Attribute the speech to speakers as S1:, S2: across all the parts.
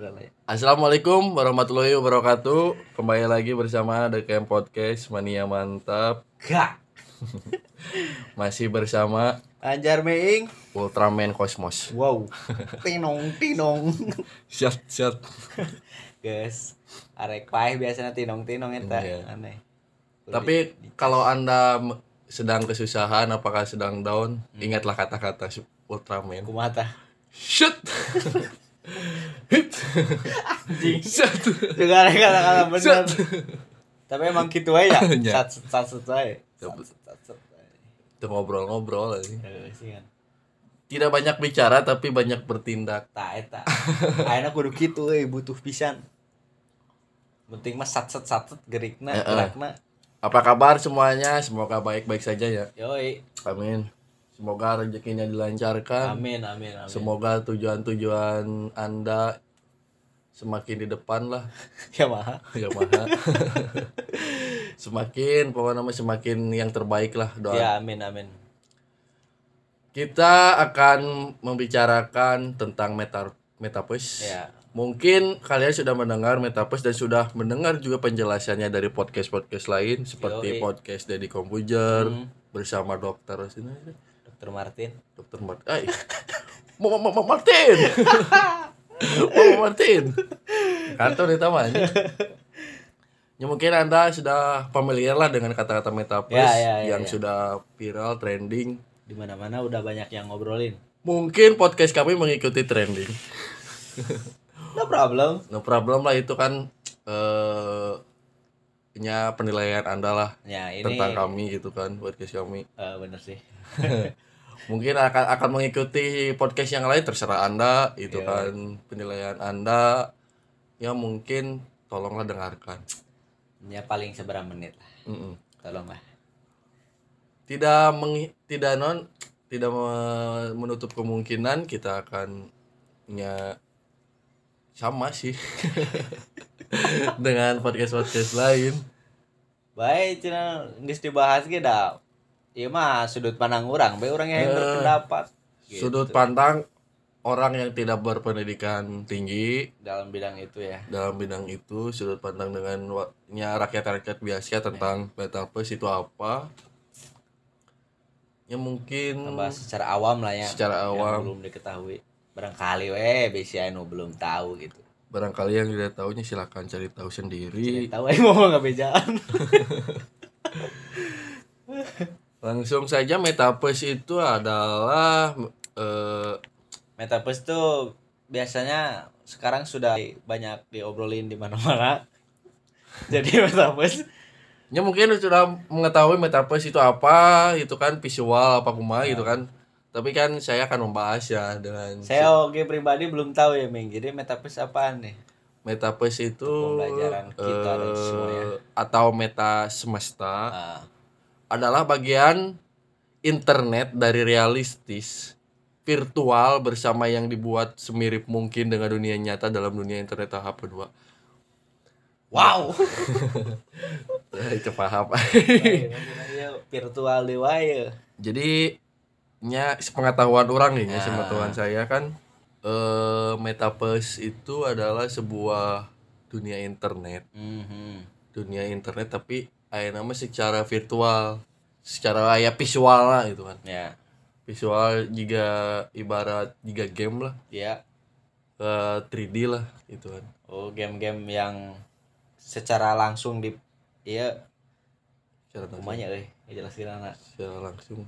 S1: ya.
S2: Assalamualaikum warahmatullahi wabarakatuh. Kembali lagi bersama The Camp Podcast Mania Mantap.
S1: Gak.
S2: Masih bersama
S1: Anjar Meing.
S2: Ultraman Cosmos.
S1: Wow. Tinong tinong.
S2: Siap, siap.
S1: Guys, arek paeh biasanya tinong tinong eta.
S2: Iya.
S1: Aneh.
S2: Tapi kalau Anda m- sedang kesusahan, apakah sedang down, ingatlah kata-kata si Ultraman.
S1: kumaha tah?
S2: Shoot. Hit. Shoot.
S1: Juga arek kata-kata bener. Tapi emang gitu ae ya.
S2: Iya.
S1: Sat sat sat sat ae. Sat sat sat sat ae.
S2: Tuh ngobrol-ngobrol aja.
S1: Heeh, sih kan.
S2: Tidak banyak bicara tapi banyak bertindak.
S1: Tah eta. Ayeuna eh, kudu kitu euy, butuh pisan. Penting mah sat sat sat sat gerikna,
S2: Heeh.
S1: gerakna.
S2: Apa kabar semuanya? Semoga baik-baik saja ya.
S1: Yoi.
S2: Amin. Semoga rezekinya dilancarkan.
S1: Amin amin amin.
S2: Semoga tujuan-tujuan Anda semakin di depan lah,
S1: Ya maha.
S2: ya Maha. semakin pokoknya mah semakin yang terbaik lah doa.
S1: Ya amin amin.
S2: Kita akan membicarakan tentang meta metaverse.
S1: Ya.
S2: Mungkin kalian sudah mendengar metaverse dan sudah mendengar juga penjelasannya dari podcast-podcast lain
S1: Yoi.
S2: seperti podcast Deddy Komputer
S1: Hmm.
S2: bersama dokter sini.
S1: Dokter Martin.
S2: Dokter Martin. Ay. Mama Mama Martin. Mama Martin. Kantor di tamannya. Ya mungkin Anda sudah familiar lah dengan kata-kata metaverse
S1: Ya, ya, ya,
S2: yang
S1: ya.
S2: sudah viral trending.
S1: di mana mana udah banyak yang ngobrolin
S2: Mungkin podcast kami mengikuti trending.
S1: no problem
S2: No problem lah itu kan eh nya penilaian Anda lah
S1: ya ini
S2: tentang kami gitu kan podcast kami.
S1: eh, bener sih
S2: mungkin akan akan mengikuti podcast yang lain terserah anda itu
S1: Iya.
S2: kan penilaian anda ya mungkin tolonglah dengarkan
S1: ya paling seberapa menit lah
S2: Mm-mm.
S1: tolong lah
S2: tidak meng tidak non tidak me- menutup kemungkinan kita akan ya sama sih dengan podcast podcast lain
S1: baik cina nggak dibahas gitu dah iya mah sudut pandang orang baik orang yang
S2: Eh,
S1: berpendapat gitu.
S2: sudut pandang orang yang tidak berpendidikan tinggi
S1: dalam bidang itu ya
S2: dalam bidang itu sudut pandang dengan wa- nya rakyat-rakyat biasa tentang metaverse itu apa ya mungkin
S1: membahas secara awam lah ya
S2: secara
S1: yang
S2: awam
S1: belum diketahui barangkali weh biasanya nu belum tahu gitu
S2: barangkali yang tidak tahunya silakan cari tahu
S1: Jadi
S2: sendiri
S1: tahu eh mau nggak bejaan
S2: langsung saja metaverse itu adalah eh,
S1: metaverse tuh biasanya sekarang sudah banyak diobrolin di mana-mana. Jadi metaverse
S2: ya mungkin sudah mengetahui metaverse itu apa itu kan visual apa kuma gitu kan tapi kan saya akan membahas ya dengan
S1: saya oke pribadi belum tahu ya Ming. Jadi metaverse apaan nih?
S2: metaverse itu
S1: Pembelajaran kita dan
S2: eh,
S1: semua ya.
S2: atau meta semesta
S1: Ah,
S2: adalah bagian internet dari realistis virtual bersama yang dibuat semirip mungkin dengan dunia nyata dalam dunia internet tahap kedua.
S1: wow.
S2: Eh, Itu paham.
S1: virtual di wae.
S2: Jadi nya sepengetahuan orang nih, ya, sepengetahuan saya kan eh metaverse itu adalah sebuah dunia internet,
S1: Mhm.
S2: dunia internet tapi ayeuna mah secara virtual, secara ya visual lah gitu kan.
S1: Ya,
S2: Visual jika ibarat jika game lah.
S1: ya.
S2: ke 3D Eh, lah gitu kan
S1: Oh, game-game yang secara langsung di iya,
S2: secara langsung
S1: rumahnya eh, euy, jelaskeun anak.
S2: secara langsung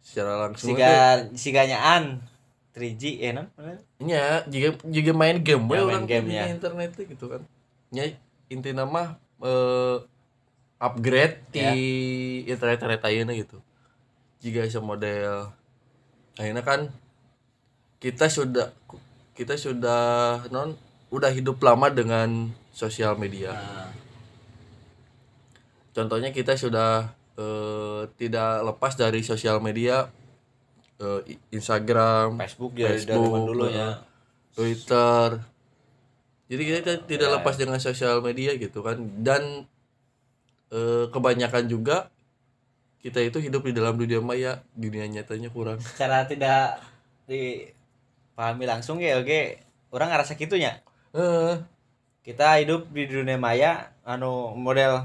S2: secara langsung teh,
S1: Siga siganyaan 3G ya non? Bener?
S2: nya Iya, jika jika main game
S1: Ya,
S2: we
S1: main
S2: orang
S1: game,
S2: punya
S1: ya.
S2: internet teh gitu kan nya intinya mah eh, upgrade di
S1: Ya.
S2: internet internet ayeuna gitu jika semodel akhirnya kan kita sudah kita sudah non udah hidup lama dengan sosial media
S1: Ah,
S2: contohnya kita sudah eh, tidak lepas dari sosial media eh, I- Instagram,
S1: Facebook ya dari zaman
S2: Facebook, eh,
S1: dulu ya.
S2: Twitter. Jadi kita tidak- tidak
S1: Ya.
S2: lepas dengan sosial media gitu kan dan eh, kebanyakan juga kita itu hidup di dalam dunia maya, dunia nyatanya kurang.
S1: secara tidak dipahami langsung ya oke orang ngerasa gitunya
S2: Heeh.
S1: kita hidup di dunia maya anu model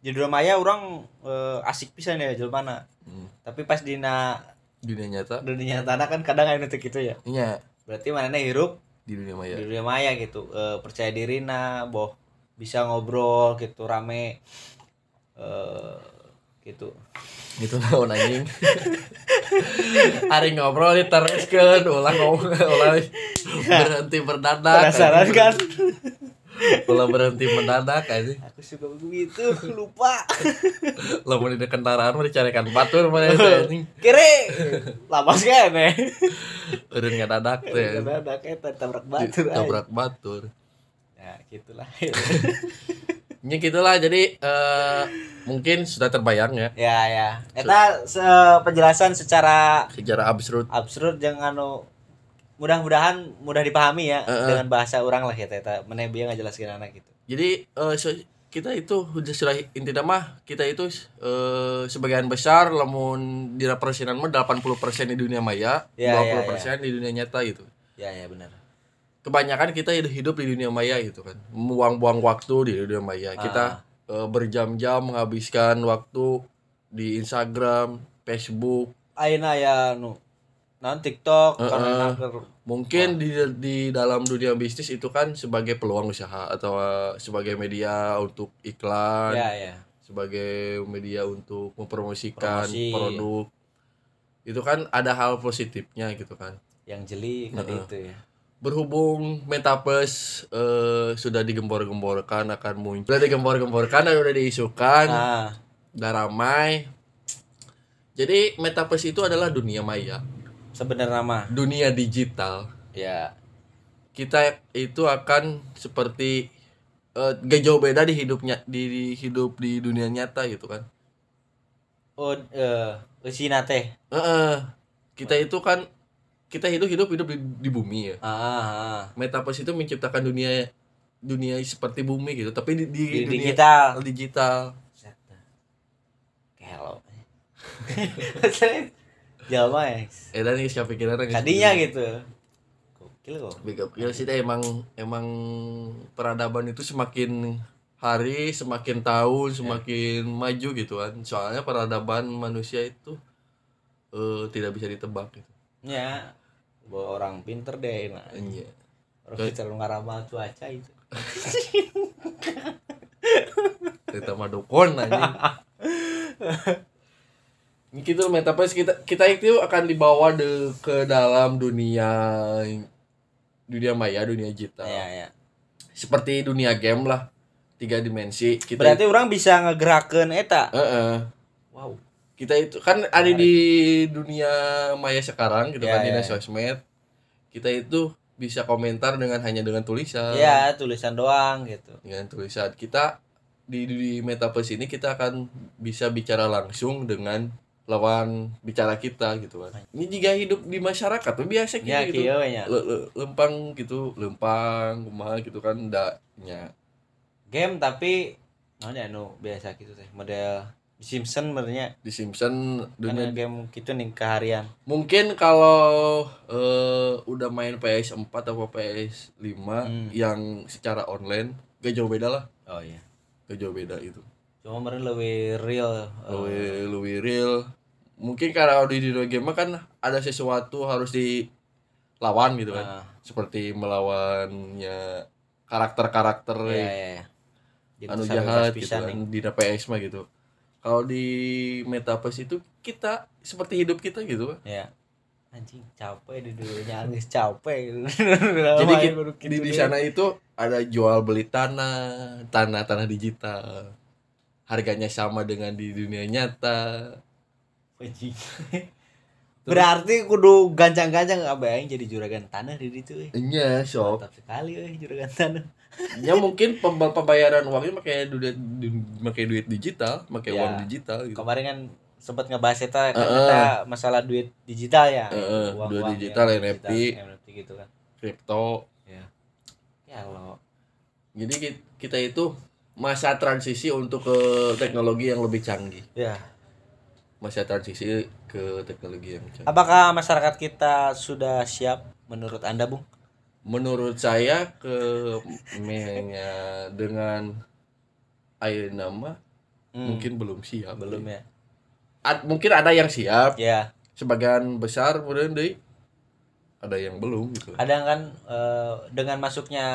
S1: di dunia maya orang eh, asik pisan ya jelmana
S2: Hmm.
S1: tapi pas dina
S2: dunia nyata
S1: dunia nyata kan kadang ada gitu ya
S2: nya
S1: berarti mana hirup
S2: di dunia
S1: di
S2: maya
S1: dunia maya gitu Eh, percaya diri nah boh bisa ngobrol gitu rame eh gitu
S2: gitu naon anjing hari ngobrol diteruskan ulah ngomong ulah berhenti berdadak
S1: penasaran
S2: anjing.
S1: kan
S2: ulah berhenti mendadak anjing
S1: aku suka begitu lupa
S2: lamun di kendaraan mah dicarekan batur mah ya, teh, anjing
S1: kere lapas kan ya
S2: udah nggak dadak teh
S1: karena ada kayak tabrak batu aja.
S2: Iya. tabrak batur
S1: ya gitulah
S2: ya gitulah jadi eh, mungkin sudah terbayang ya
S1: ya ya eta se- penjelasan secara
S2: sejarah absurd
S1: absurd jeung anu mudah-mudahan mudah dipahami ya
S2: Heeh.
S1: dengan bahasa orang lah ya, kita eta mana bieu ngajelaskeun anak gitu
S2: jadi eh, so- kita itu udah sudah inti mah kita itu eh, sebagian besar lamun di persenan mah 80% di dunia maya
S1: Ya,
S2: 20%
S1: ya,
S2: di dunia nyata gitu
S1: ya ya benar
S2: kebanyakan kita hidup, hidup di dunia maya gitu kan buang-buang waktu di dunia maya kita
S1: Ah.
S2: eh, berjam-jam menghabiskan waktu di Instagram Facebook
S1: ayeuna ya nu naon TikTok kan
S2: Heeh.
S1: enak keur-
S2: mungkin di di dalam dunia bisnis itu kan sebagai peluang usaha atau eh, sebagai media untuk iklan
S1: ya ya
S2: sebagai media untuk mempromosikan
S1: Promosi. iya.
S2: produk itu kan ada hal positifnya gitu kan
S1: yang jeli kan
S2: Heeh.
S1: itu ya
S2: berhubung metaverse eh, sudah digembor-gemborkan akan muncul sudah digembor-gemborkan dan udah diisukan
S1: nah
S2: udah ramai jadi metaverse itu adalah dunia maya
S1: sebenarnya mah
S2: dunia digital
S1: ya
S2: kita itu akan seperti eh, gak jauh beda di hidupnya di, di hidup di dunia nyata gitu kan
S1: oh eh usina teh
S2: Heeh. kita itu kan kita hidup hidup hidup di, di bumi ya.
S1: ah, ah, ah.
S2: Metaverse itu menciptakan dunia dunia seperti bumi gitu, tapi di,
S1: di
S2: di, dunia
S1: digital
S2: digital.
S1: Hello. Jalma ya.
S2: Eh dan ini siapa pikiran
S1: Tadinya gitu. Gokil kok.
S2: Ya sih teh, emang emang peradaban itu semakin hari semakin tahun
S1: Ya.
S2: semakin maju gitu kan. Soalnya peradaban manusia itu eh, tidak bisa ditebak gitu.
S1: Ya. Bahwa orang pinter deh nah.
S2: Iya.
S1: Orang pinter lu ngaramal cuaca itu.
S2: Teta Madokon anjing. Gitu loh metaverse kita kita itu akan dibawa de- ke dalam dunia dunia maya, dunia digital.
S1: Ya, ya.
S2: Seperti dunia game lah. Tiga dimensi. Kita
S1: Berarti orang bisa ngegerakeun eta.
S2: Heeh.
S1: Wow.
S2: Kita itu kan ada di dunia maya sekarang gitu
S1: Ya,
S2: kan di
S1: ya, ya.
S2: sosmed. Kita itu bisa komentar dengan hanya dengan tulisan.
S1: Ya, tulisan doang gitu.
S2: dengan tulisan Iya, kita di di metaverse ini kita akan bisa bicara langsung dengan lawan bicara kita gitu kan ini jika hidup di masyarakat tuh biasa gitu,
S1: Ya,
S2: gitu.
S1: kieu we nya.
S2: Le- le- lempang gitu lempang kumaha gitu kan ndaknya
S1: Game tapi naon ya nu biasa gitu teh model Simpson sebenarnya
S2: di Simpson
S1: dunia
S2: dunia
S1: game gitu nih keharian.
S2: mungkin kalau eh, udah main PS4 atau PS5
S1: Hmm.
S2: yang secara online gak jauh beda lah
S1: Oh iya.
S2: gak jauh beda gitu. itu
S1: Cuma meren lebih real. eh,
S2: lebih lebih real mungkin karena di dunia game mah kan ada sesuatu harus dilawan gitu
S1: Ah.
S2: kan seperti melawannya karakter-karakter
S1: Iya, iya, iya. Jadi
S2: anu
S1: bisa bebas
S2: jahat gitu
S1: pisan nih.
S2: kan di PS mah gitu kalau di metaverse itu kita seperti hidup kita gitu
S1: ya anjing capek di dulunya anjing capek ya
S2: jadi
S1: jadi
S2: ki- di, di sana itu ada jual beli tanah tanah tanah digital harganya sama dengan di dunia nyata
S1: berarti kudu gancang-gancang abah aing jadi juragan tanah di situ eh.
S2: iya sob
S1: mantap sekali eh juragan tanah
S2: ya mungkin pem- pembayaran uangnya pakai duit du- pakai duit digital pakai
S1: Ya.
S2: uang digital gitu
S1: kemarin kan sempat ngebahas eta kan
S2: Heeh.
S1: eta masalah duit digital ya
S2: Heeh,
S1: Uang-uang
S2: duit
S1: yang
S2: digital, NFT.
S1: NFT gitu kan
S2: kripto
S1: ya lo
S2: jadi ki- kita itu masa transisi untuk ke teknologi yang lebih canggih
S1: ya
S2: masa transisi ke teknologi yang canggih
S1: apakah masyarakat kita sudah siap menurut anda bung
S2: menurut saya ke menya dengan air nama
S1: Hmm,
S2: mungkin belum siap
S1: belum ya
S2: Ad- mungkin ada yang siap
S1: ya
S2: sebagian besar kemudian deh ada yang belum gitu
S1: ada kan eh, dengan masuknya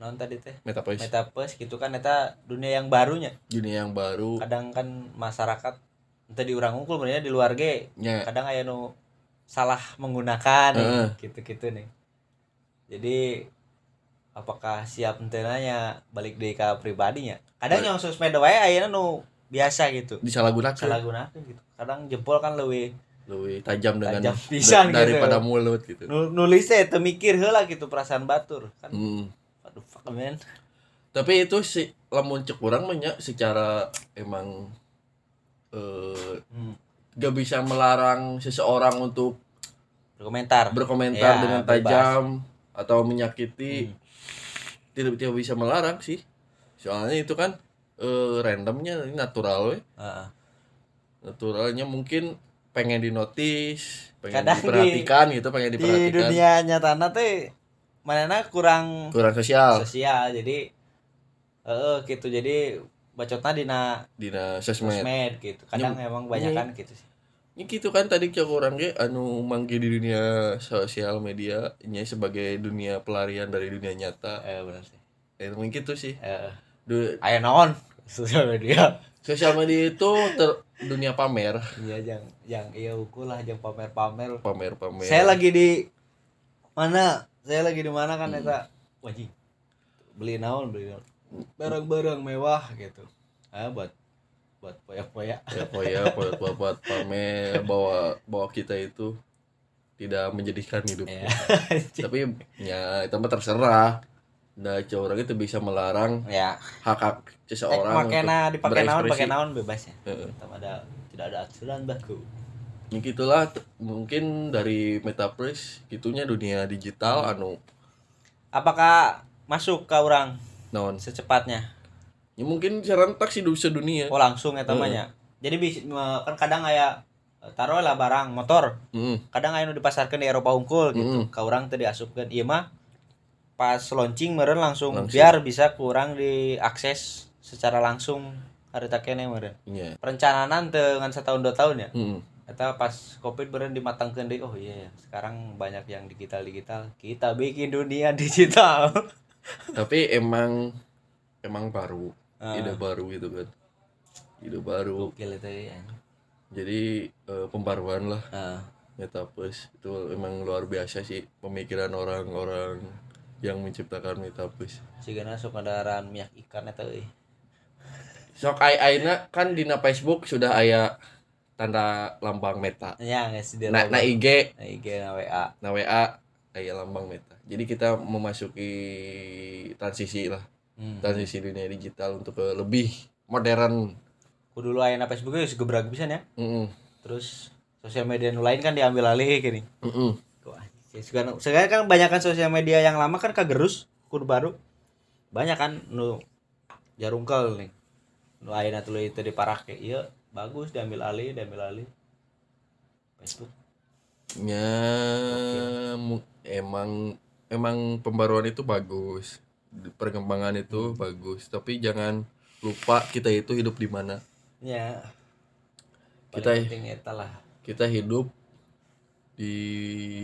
S1: non tadi teh
S2: metaverse
S1: metaverse gitu kan eta dunia yang barunya
S2: dunia yang baru
S1: kadang kan masyarakat ente di orang ungkul sebenarnya di luar ge
S2: nya
S1: kadang aya nu salah menggunakan
S2: Heeh.
S1: gitu-gitu nih jadi apakah siap tentunya balik deh ke pribadinya kadang yang sosmed wae ayeuna nu biasa gitu salah
S2: disalahgunakan
S1: gunakan gitu kadang jempol kan lebih
S2: lebih tajam dengan
S1: Tajam pisan gitu.
S2: daripada mulut gitu
S1: nulisnya itu mikir heula gitu perasaan batur kan
S2: Hmm.
S1: aduh fuck man
S2: tapi itu si lamun cek orang mah nya secara emang eh,
S1: Hmm,
S2: gak bisa melarang seseorang untuk
S1: berkomentar
S2: berkomentar
S1: Ya,
S2: dengan
S1: bebas.
S2: tajam atau menyakiti
S1: Hmm.
S2: tidak tidak bisa melarang sih soalnya itu kan eh, randomnya ini natural we.
S1: Heeh.
S2: naturalnya mungkin pengen dinotis pengen
S1: Kadang di-
S2: diperhatikan gitu pengen
S1: di
S2: diperhatikan
S1: dunia nyata teh mana kurang
S2: kurang sosial
S1: sosial jadi eh gitu jadi bacotnya dina
S2: di nah, sosmed
S1: sosmed gitu kadang emang banyak kan gitu sih
S2: ini gitu kan tadi cok orang ge anu mangke di dunia sosial media nya sebagai dunia pelarian dari dunia nyata
S1: eh benar sih
S2: eh, mungkin gitu sih
S1: eh
S2: Du-
S1: ayo naon sosial media
S2: sosial media itu ter- dunia pamer
S1: iya yang yang iya uku lah yang pamer pamer
S2: pamer pamer
S1: saya lagi di mana saya lagi di mana kan eta
S2: Hmm.
S1: wajib beli naon beli naon barang-barang mewah gitu ah buat buat poya-poya
S2: ya oh ya buat buat- buat pamer bahwa bahwa kita itu tidak menjadikan hidup
S1: ya
S2: tapi ya itu mah terserah nah cowok orang itu bisa melarang
S1: ya
S2: hak hak seseorang
S1: Eh, pakai
S2: untuk
S1: dipakai naon
S2: berekspresi.
S1: pakai naon bebas ya
S2: Heeh.
S1: Tetap ada tidak ada aturan baku
S2: ya gitulah t- mungkin dari metaverse gitunya dunia digital anu
S1: apakah masuk ke orang
S2: non
S1: secepatnya
S2: ya mungkin serentak sih di sedunia
S1: oh langsung ya tamanya jadi bis- me- kan kadang aya taruh lah barang motor
S2: Heeh.
S1: kadang aya nu dipasarkan di Eropa unggul gitu
S2: Heeh.
S1: ke orang tadi asupkan iya mah pas launching meren langsung,
S2: Langsung.
S1: biar bisa kurang diakses secara langsung harita kene meren
S2: Iya. Hmm,
S1: perencanaan dengan setahun dua tahun ya
S2: Heeh.
S1: Eta pas covid beren dimatangkan deh oh iya ya sekarang banyak yang digital digital kita bikin dunia digital
S2: tapi emang emang baru
S1: Ah.
S2: ide baru gitu kan ide baru
S1: gokil itu ya
S2: jadi eh, pembaruan lah
S1: Ah.
S2: metaverse itu emang luar biasa sih pemikiran orang-orang yang menciptakan metaverse
S1: Sigana sok ngadaran minyak ikan eta euy.
S2: sok ai aina kan dina Facebook sudah aya tanda lambang meta
S1: Nya geus di
S2: nah, nah IG
S1: na IG na WA.
S2: Nah WA kayak lambang meta. Jadi kita memasuki transisi lah,
S1: Hmm.
S2: transisi dunia digital untuk ke lebih modern.
S1: Ku dulu aya na Facebook geus gebrak pisan ya.
S2: Mm-mm.
S1: Terus sosial media nu lain kan diambil alih gini.
S2: Mm-mm.
S1: Sekarang, sekarang kan banyakan sosial media yang lama kan kagerus kudu baru. Banyak kan nu jarungkel nih. Nu aya na tuluy teu diparake. Ieu bagus diambil alih, diambil alih. Facebook.
S2: Ya mu- emang emang pembaruan itu bagus, perkembangan itu bagus. Tapi jangan lupa kita itu hidup di mana.
S1: Nya. Paling
S2: Kita-
S1: penting eta lah.
S2: Kita hidup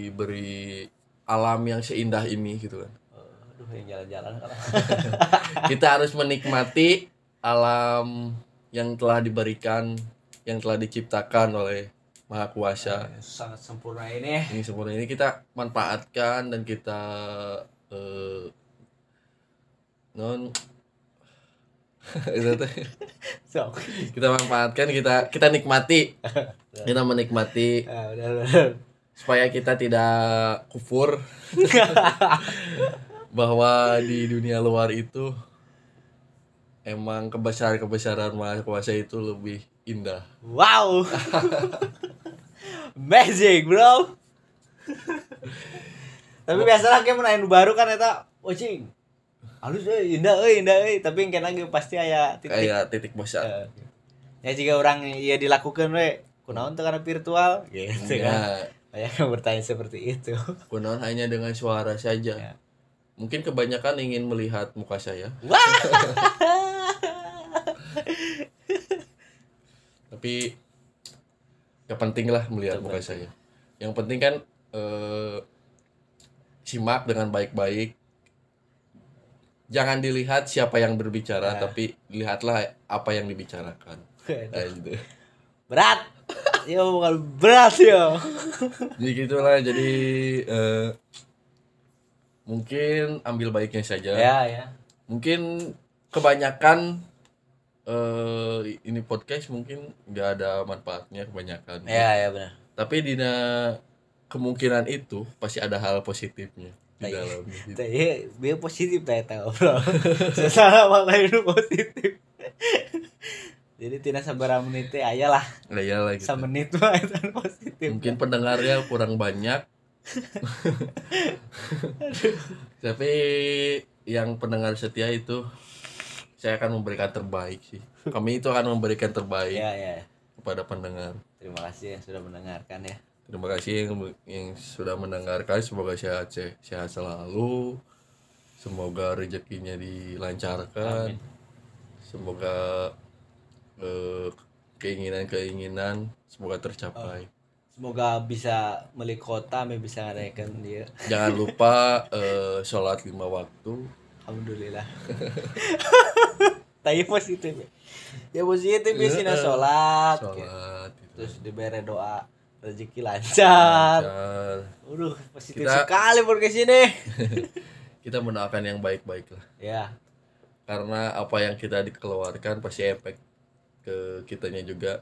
S2: diberi alam yang seindah ini gitu kan.
S1: Aduh, yang jalan-jalan kalah.
S2: kita harus menikmati alam yang telah diberikan yang telah diciptakan oleh maha kuasa
S1: Sangat sempurna ini.
S2: ini sempurna ini kita manfaatkan dan kita eh, non Itu tuh.
S1: Sok.
S2: kita manfaatkan kita kita nikmati kita menikmati
S1: Ah, udah, udah, udah.
S2: supaya kita tidak kufur bahwa di dunia luar itu emang kebesaran kebesaran maha kuasa itu lebih indah
S1: Wow. Magic, bro. Tapi biasalah kayak menain baru kan eta watching. Halus euy, indah euy, indah euy, tapi
S2: Eh,
S1: yang kena ge pasti aya titik.
S2: kayak titik bosan
S1: Eh, Ya jika orang iya ya dilakukan we kunaon teh karena virtual gitu kan
S2: Ya,
S1: banyak yang bertanya seperti itu
S2: kunaon hanya dengan suara saja.
S1: Ya.
S2: Mungkin kebanyakan ingin melihat muka saya,
S1: wah
S2: tapi gak penting lah melihat
S1: Gak
S2: muka
S1: penting.
S2: saya. Yang penting kan eh, simak dengan baik-baik. Jangan dilihat siapa yang berbicara,
S1: Ya.
S2: tapi lihatlah apa yang dibicarakan. Nah, gitu.
S1: berat yo bukan berat yo
S2: jadi gitulah jadi eh, mungkin ambil baiknya saja
S1: ya ya
S2: mungkin kebanyakan eh ini podcast mungkin nggak ada manfaatnya kebanyakan
S1: ya ya benar
S2: tapi dina kemungkinan itu pasti ada hal positifnya
S1: Baik.
S2: di dalamnya gitu.
S1: Teh, iya, dia positif teh tahu bro. Salah malah itu positif. Jadi tidak sabar menit teh aya lah,
S2: Nah, iyalah gitu.
S1: samenit mah itu positif.
S2: mungkin pendengarnya kurang banyak tapi yang pendengar setia itu saya akan memberikan terbaik sih kami itu akan memberikan terbaik
S1: Ya ya.
S2: kepada pendengar
S1: Terima kasih yang sudah mendengarkan ya.
S2: terima kasih yang, yang sudah mendengarkan semoga sehat se- sehat selalu semoga rezekinya dilancarkan
S1: Amin.
S2: semoga eh, keinginan-keinginan semoga tercapai
S1: Oh. Semoga bisa meli kota, me bisa ngadakan dia.
S2: jangan lupa eh, sholat lima waktu
S1: Alhamdulillah. Tapi positif. ya. Ya positif ya sih
S2: Iya.
S1: sholat.
S2: sholat gitu.
S1: Terus diberi doa rezeki lancar.
S2: Dan
S1: Udah positif
S2: Kita-
S1: sekali podcast ini.
S2: kita mendoakan yang baik-baik lah
S1: ya.
S2: karena apa yang kita dikeluarkan pasti efek ke kitanya juga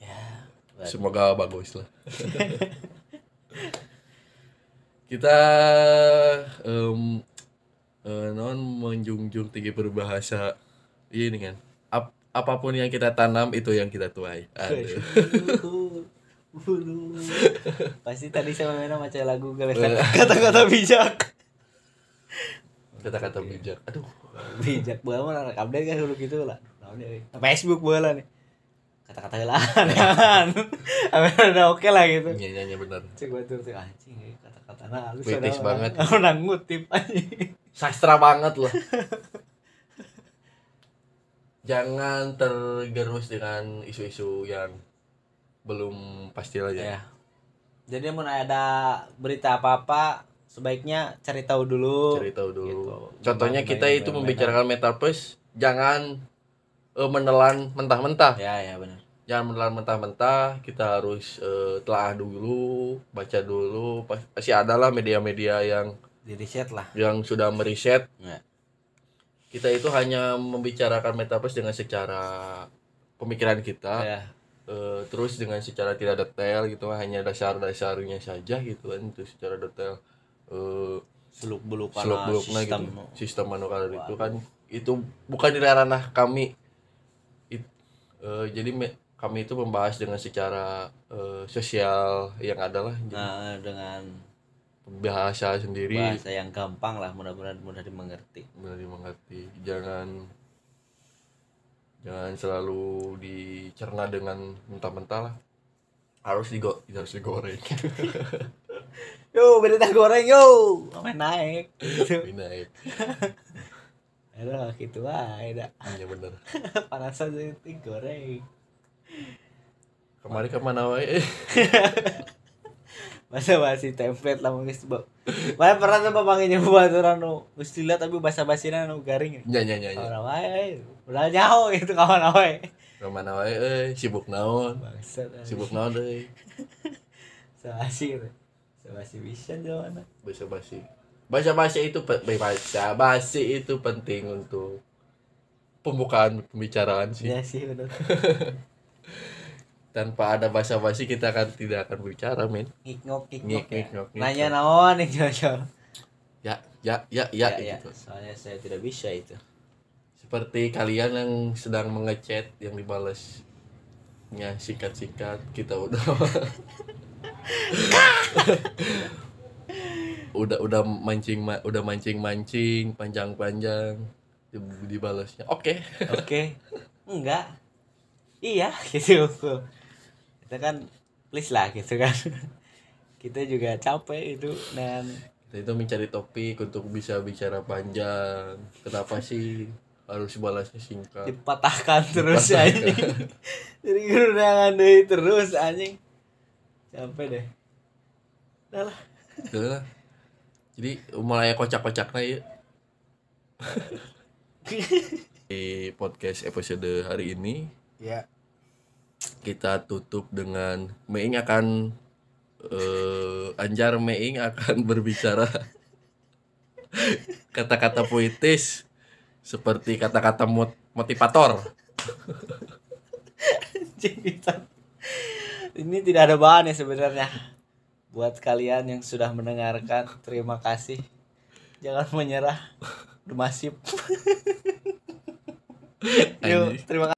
S1: Ya.
S2: semoga bagus lah kita em, eh, non menjunjung tinggi berbahasa ini kan Ap- apapun yang kita tanam itu yang kita tuai Aduh.
S1: Waduh. Pasti tadi saya main macam lagu gelesan
S2: Iya.
S1: kata-kata bijak.
S2: kata-kata bijak aduh
S1: Bijak bola mah rek update kan dulu gitu lah. Naon ya, euy. Facebook bola nih. Kata-kata lah. Amin udah oke lah gitu.
S2: nyanyiannya Iya, benar
S1: Cek gue tuh tuh, anjing euy, kata-kata nah halus
S2: Puitis
S1: padahal.
S2: banget.
S1: Orang ngutip anjing.
S2: sastra banget loh jangan tergerus dengan isu-isu yang belum pasti lah ya
S1: Ya. Jadi mau ada berita apa-apa sebaiknya cari tahu dulu.
S2: cari tahu dulu
S1: Gitu.
S2: contohnya
S1: Jangan
S2: kita
S1: main-
S2: itu
S1: main-
S2: membicarakan metaverse jangan eh, menelan mentah-mentah
S1: Ya ya benar.
S2: jangan menelan mentah-mentah kita harus eh, telaah dulu baca dulu Pas- pasti ada lah media-media yang
S1: Di riset lah.
S2: yang sudah meriset
S1: Ya.
S2: kita itu hanya membicarakan metaverse dengan secara pemikiran kita
S1: Ya.
S2: Eh, terus dengan secara tidak detail gitu hanya dasar-dasarnya saja gitu kan itu secara detail eh
S1: seluk beluk
S2: seluk beluknya gitu sistem manual itu kan itu bukan di ranah kami It- eh, jadi me- kami itu membahas dengan secara eh, sosial yang adalah jadi
S1: nah dengan
S2: bahasa sendiri
S1: bahasa yang gampang lah mudah-mudahan mudah dimengerti
S2: mudah dimengerti jangan jangan selalu dicerna dengan mentah-mentah lah harus digo harus digoreng
S1: yo berita goreng yo main naik gitu
S2: Ini naik.
S1: aduh gitu wae dah
S2: Iya bener.
S1: panas aja itu goreng
S2: Kemarin kemana wae?
S1: masa masih template lah mungkin sebab mana pernah tuh pamangi nyoba tuh orang nu mesti lihat tapi bahasa basinan nu garing
S2: Nya nya nya. nya.
S1: kawan wae udah jauh gitu kawan wae
S2: Kemana wae? Eh, sibuk naon?
S1: bangsat
S2: Sibuk naon eh? deh.
S1: sebasi gitu sebasi bisa jawabannya
S2: Bahasa basi. Bahasa basi itu pe- bahasa basi itu penting untuk pembukaan pembicaraan sih.
S1: iya sih benar
S2: Tanpa ada bahasa basi kita akan tidak akan berbicara, men.
S1: ngikngok
S2: Ngik,
S1: ngikngok ya.
S2: ngik, ngok, ngik,
S1: nanya
S2: ngok.
S1: naon nih jauh
S2: Ya, ya, ya,
S1: ya,
S2: ya,
S1: ya,
S2: gitu.
S1: soalnya saya tidak bisa itu
S2: Seperti kalian yang sedang mengechat yang dibalas ya sikat-sikat kita udah udah udah mancing ma- udah mancing mancing panjang-panjang di- dibalasnya oke
S1: oke enggak iya gitu kita kan please lah gitu kan kita juga capek itu dan
S2: Kita itu mencari topik untuk bisa bicara panjang. Kenapa sih harus balasnya singkat?
S1: Gitu. dipatahkan terus
S2: Oh. Dipatahkan.
S1: anjing jadi gerangan deh terus anjing capek deh udah lah
S2: Udah Gitu lah. Jadi mulai kocak-kocaknya ya di podcast episode hari ini
S1: ya
S2: kita tutup dengan Meing akan eh, Anjar Meing akan berbicara kata-kata puitis seperti kata-kata mot- motivator.
S1: anjing bisa ini tidak ada bahan ya sebenarnya buat kalian yang sudah mendengarkan terima kasih jangan menyerah The Masif. Yuk,
S2: Anjing.
S1: terima kasih